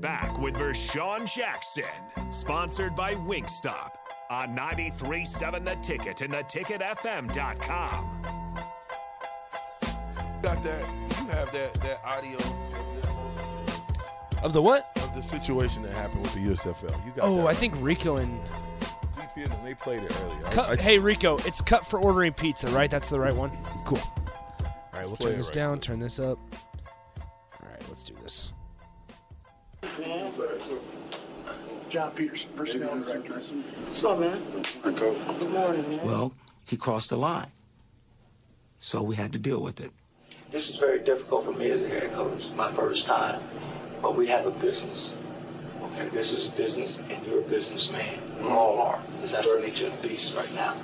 Back with Vershawn Jackson, sponsored by Winkstop on 937 The Ticket and theticketfm.com. Got that? You have that that audio Of the what? of the situation that happened with the USFL. You got that, Oh, I right? think Rico and ESPN and they played it earlier. I- Oh, I- cut. Hey Rico, it's cut for ordering pizza, right? That's the right one. Cool. All right, we'll Play turn it this right down. Turn this up. All right, let's do this. John Peterson, personnel director. What's up, man? Hi, Coach. Good morning, man. Well, he crossed the line. So we had to deal with it. This is very difficult for me as a head coach, my first time, but we have a business. Okay, this is a business, and you're a businessman. We all are, because that's the nature of the beast right now.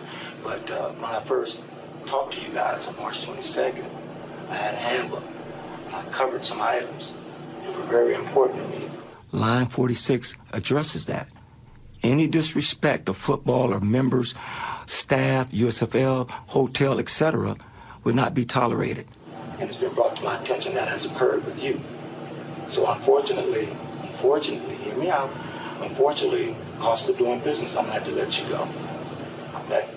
But uh, when I first talked to you guys on March 22nd, I had a handbook. I covered some items that were very important to me. Line 46 addresses that. Any disrespect of football or members, staff, USFL, hotel, etc., would not be tolerated. and it's been brought to my attention that has occurred with you. So unfortunately, unfortunately, hear me out. Unfortunately, cost of doing business, I'm gonna have to let you go. Okay?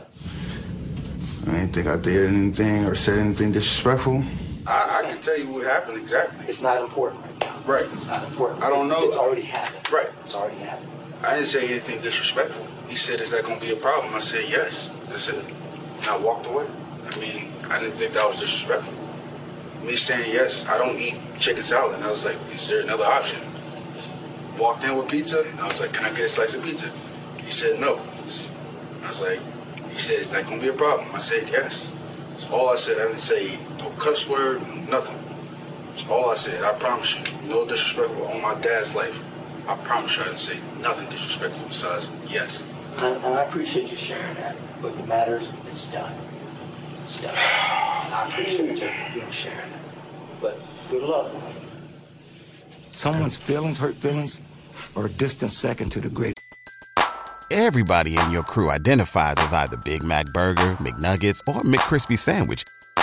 I didn't think I did anything or said anything disrespectful. I, I can tell you what happened exactly. It's not important right now. Right. It's not important. I don't It's- know. It's already happened. Right. It's already happened. I didn't say anything disrespectful. He said, "Is that gonna be a problem?" I said, "Yes." That's it. And I walked away. I mean, I didn't think that was disrespectful. Me saying yes, I don't eat chicken salad. And I was like, "Is there another option?" Walked in with pizza, and I was like, "Can I get a slice of pizza?" He said, "No." I was like, "He said, is that gonna be a problem?" I said, "Yes." That's all I said. I didn't say no cuss word, nothing. That's all I said. I promise you, no disrespectful on my dad's life. I promise you, I didn't say nothing disrespectful besides yes. And, and I appreciate you sharing that, but the matter is, it's done. It's done. I appreciate you, you sharing it. But good luck. Someone's feelings, hurt feelings, are a distant second to the great. Everybody in your crew identifies as either Big Mac Burger, McNuggets, or McCrispy Sandwich.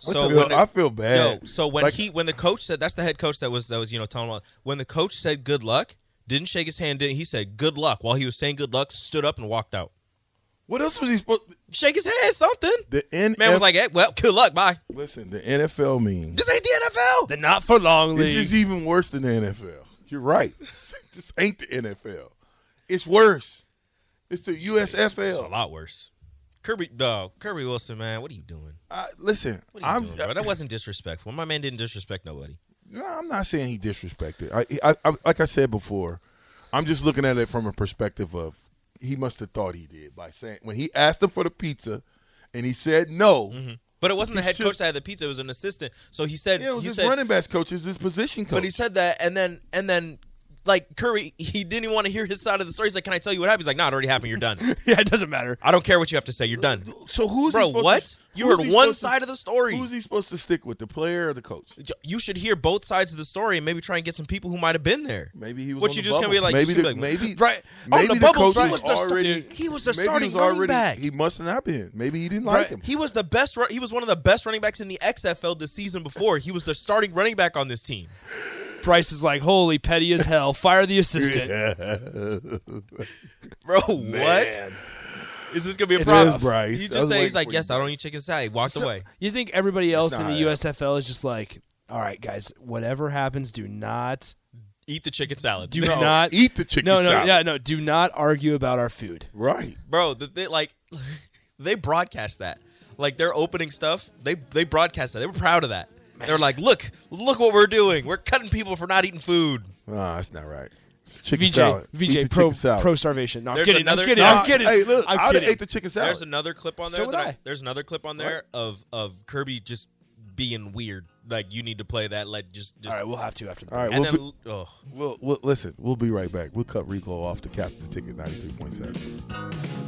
So Yo, when the- I feel bad. Yo, so when Like- he when the coach said that's the head coach that was that was you know telling him all- when the coach said good luck didn't shake his hand didn't he said good luck while he was saying good luck stood up and walked out What else was he supposed? shake his hand something The N- man was like hey, well good luck bye Listen, the NFL means this ain't the NFL The not for long league. this is even worse than the NFL. You're right. this ain't the NFL. It's worse. It's the it's a USFL. lot worse Kirby dog Kirby Wilson man what are you doing I, listen, what are you I'm doing bro? that wasn't disrespectful my man didn't disrespect nobody No, I'm not saying he disrespected. I, I, I, like I said before, I'm just looking at it from a perspective of he must have thought he did by saying when he asked him for the pizza, and he said no. Mm-hmm. but it wasn't the head should- coach that had the pizza it was an assistant so he said Yeah, it was he his said running backs coach, it was his position coach. But he said that, and then and then like Curry, he didn't even want to hear his side of the story. He's like, "Can I tell you what happened?" He's like, "No, it already happened. You're done. yeah, it doesn't matter. I don't care what you have to say. You're done." so who's he Bro, supposed to- what? You who's heard he one supposed to- side of the story. Who's he supposed to stick with, the player or the coach? You should hear both sides of the story and maybe try and get some people who might have been there. Maybe he was. What on you the just bubble. gonna be like? you Maybe should the, be like, maybe Right. maybe on the, bubble, coach he was the sta- already he was the maybe starting he was running already, back. He must have not been. Maybe he didn't like Right. him. He was the best. run- He was one of the best running backs in the XFL the season before. He was the starting running back on this team. Bryce is like, holy petty as hell. Fire the assistant. Bro, what is this gonna be a It problem? is, Bryce. He I was just said waiting he's like, for "Yes, you. I don't eat chicken salad." He Walked So, away. You think everybody else in not the how- USFL is just like, all right, guys, whatever happens, do not Eat the chicken salad. Do not No, no, yeah, no. Do not argue about our food. Right. bro. The, they like they broadcast that. Like their opening stuff, they they broadcast that. They were proud of that. They're like, look, look what we're doing. We're cutting people for not eating food. Nah, that's not right. It's chicken VJ, salad. Eat the VJ, chicken pro salad. pro starvation. No, I'm There's kidding. another- I'm kidding. Nah, I'm kidding. hey, look, I'm I'd've kidding. ate the chicken salad. There's another clip on there. So would that I, I. There's another clip on there of of Kirby just being weird. Like you need to play that. Like just just. All right, we'll have to after the All right, and we'll then be- oh. We'll, we'll listen. We'll be right back. We'll cut Rico off the captain's ticket ninety three point seven.